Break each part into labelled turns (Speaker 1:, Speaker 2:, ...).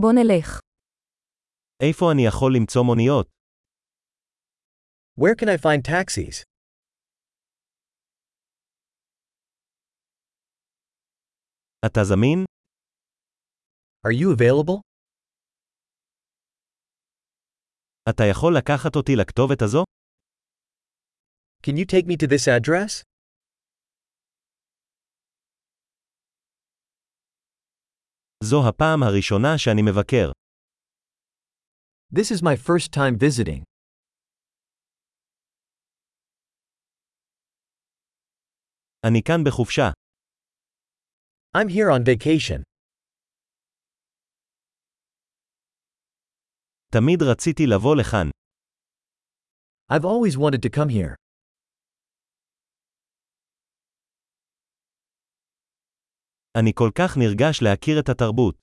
Speaker 1: בוא נלך.
Speaker 2: איפה אני יכול למצוא מוניות?
Speaker 3: Where can I find taxis?
Speaker 2: אתה זמין?
Speaker 3: Are you available?
Speaker 2: אתה יכול לקחת אותי לכתובת הזו?
Speaker 3: Can you take me to this address?
Speaker 2: זו הפעם הראשונה שאני מבקר.
Speaker 3: This is my first time visiting.
Speaker 2: אני כאן בחופשה.
Speaker 3: I'm here on vacation.
Speaker 2: תמיד רציתי לבוא לכאן.
Speaker 3: I've always wanted to come here.
Speaker 2: אני כל כך נרגש להכיר את התרבות.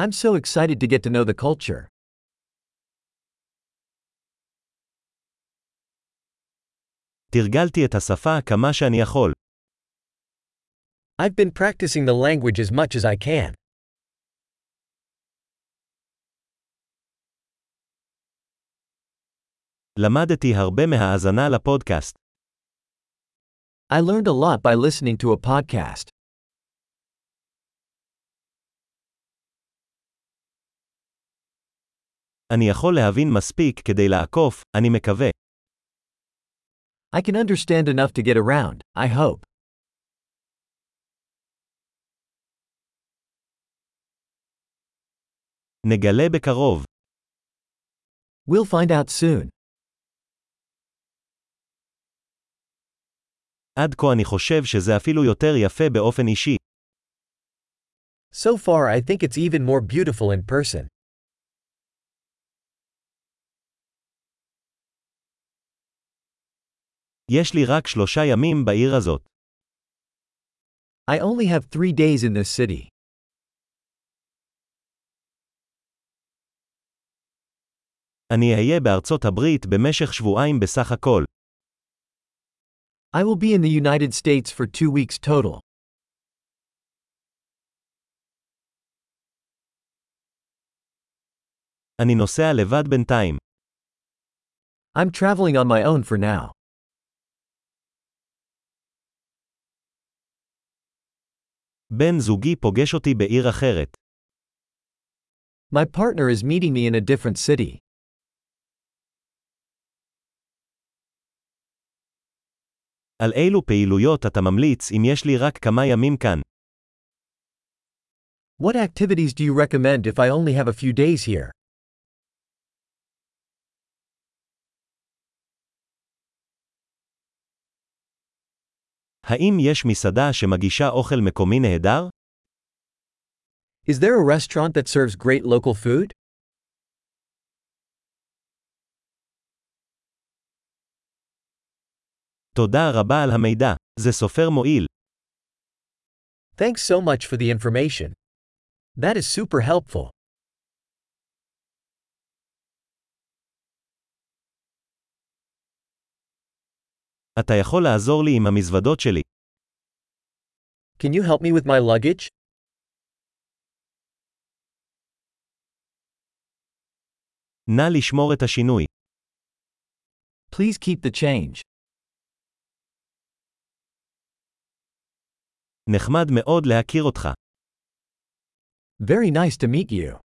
Speaker 3: I'm so excited to get to know the culture.
Speaker 2: תרגלתי את השפה כמה שאני יכול.
Speaker 3: I've been practicing the language as much as I can.
Speaker 2: למדתי הרבה מההאזנה לפודקאסט.
Speaker 3: I learned a lot by listening to a podcast.
Speaker 2: אני יכול להבין מספיק כדי לעקוף, אני מקווה.
Speaker 3: I can understand enough to get around, I hope.
Speaker 2: נגלה בקרוב.
Speaker 3: We'll find out soon.
Speaker 2: עד כה אני חושב שזה אפילו יותר יפה באופן אישי.
Speaker 3: So far, I think it's even more beautiful in person.
Speaker 2: יש לי רק שלושה ימים בעיר הזאת.
Speaker 3: I only have three days in this city.
Speaker 2: אני אהיה בארצות הברית במשך שבועיים בסך הכל.
Speaker 3: I will be in the United States for two weeks total.
Speaker 2: אני נוסע לבד בינתיים.
Speaker 3: I'm traveling on my own for now.
Speaker 2: בן זוגי פוגש אותי בעיר אחרת.
Speaker 3: My partner is meeting me in a different city.
Speaker 2: על אילו פעילויות אתה ממליץ אם יש לי רק כמה ימים כאן?
Speaker 3: What activities do you recommend if I only have a few days here?
Speaker 2: האם יש מסעדה שמגישה אוכל מקומי נהדר?
Speaker 3: Is there a restaurant that serves great local food?
Speaker 2: תודה רבה על המידע. זה סופר מועיל.
Speaker 3: Thanks so much for the information. That is super helpful.
Speaker 2: אתה יכול לעזור לי עם המזוודות שלי.
Speaker 3: Can you help me with my luggage?
Speaker 2: נא לשמור את השינוי.
Speaker 3: Please keep the change.
Speaker 2: נחמד מאוד להכיר אותך.
Speaker 3: Very nice to meet you.